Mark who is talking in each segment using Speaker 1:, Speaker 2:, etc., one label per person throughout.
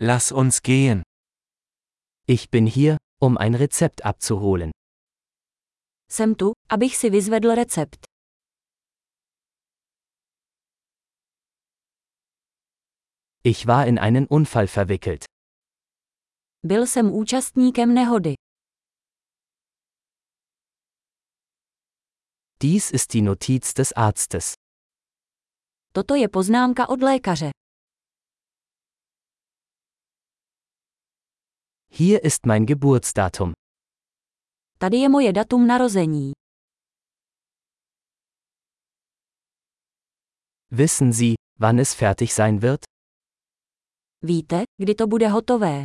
Speaker 1: Lass uns gehen.
Speaker 2: Ich bin hier, um ein Rezept abzuholen.
Speaker 3: Jsem tu, abych si vyzvedl recept.
Speaker 2: Ich war in einen Unfall verwickelt.
Speaker 3: Byl jsem účastníkem nehody.
Speaker 2: Dies ist die Notiz des Arztes.
Speaker 3: Toto je poznámka od lékaře.
Speaker 2: Hier ist mein Geburtsdatum.
Speaker 3: Tady je moje datum narození.
Speaker 2: Wissen Sie, wann es fertig sein wird?
Speaker 3: Víte, kdy to bude hotové?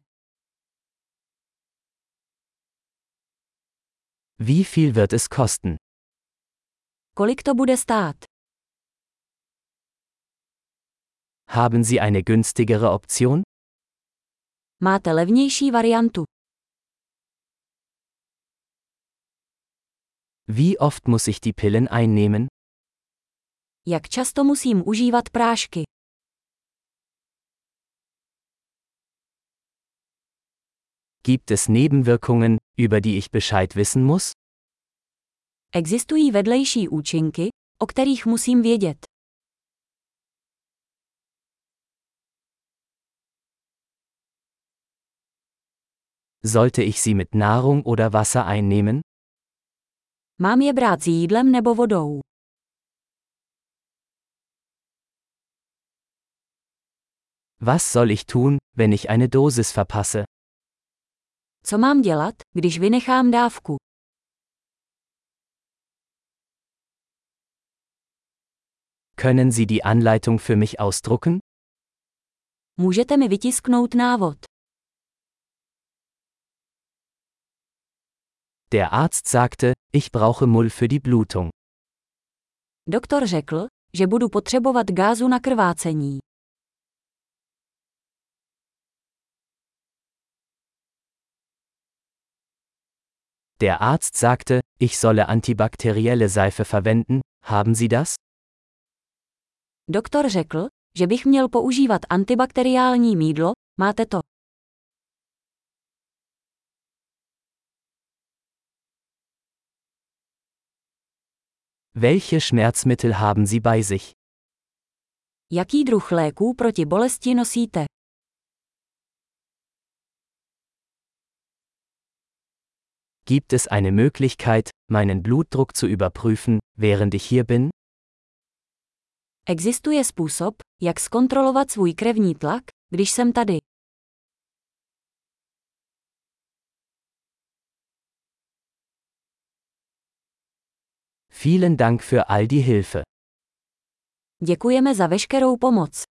Speaker 2: Wie viel wird es kosten?
Speaker 3: Kolik to bude stát?
Speaker 2: Haben Sie eine günstigere Option?
Speaker 3: Máte levnější variantu.
Speaker 2: Wie oft muss ich die Pillen einnehmen?
Speaker 3: Jak často musím užívat prášky?
Speaker 2: Gibt es Nebenwirkungen, über die ich Bescheid wissen muss?
Speaker 3: Existují vedlejší účinky, o kterých musím vědět.
Speaker 2: Sollte ich sie mit Nahrung oder Wasser einnehmen?
Speaker 3: Mám je brát s jídlem nebo vodou?
Speaker 2: Was soll ich tun, wenn ich eine Dosis verpasse?
Speaker 3: Co mám dělat, když vynechám dávku?
Speaker 2: Können Sie die Anleitung für mich ausdrucken?
Speaker 3: Můžete mi vytisknout návod.
Speaker 2: Der Arzt sagte, ich brauche Mull für die Blutung.
Speaker 3: Doktor řekl, že budu potřebovat gázu na krvácení.
Speaker 2: Der Arzt sagte, ich solle antibakterielle Seife verwenden, haben Sie das?
Speaker 3: Doktor řekl, že bych měl používat antibakteriální mídlo, máte to.
Speaker 2: Welche Schmerzmittel haben Sie bei sich?
Speaker 3: Jaký druh léků proti bolesti nosíte?
Speaker 2: Gibt es eine Möglichkeit, meinen Blutdruck zu überprüfen, während ich hier bin?
Speaker 3: Existuje způsob, jak zkontrolovat svůj krevní tlak, když jsem tady.
Speaker 2: Vielen Dank für all die Hilfe.
Speaker 3: Děkujeme za veškerou pomoc.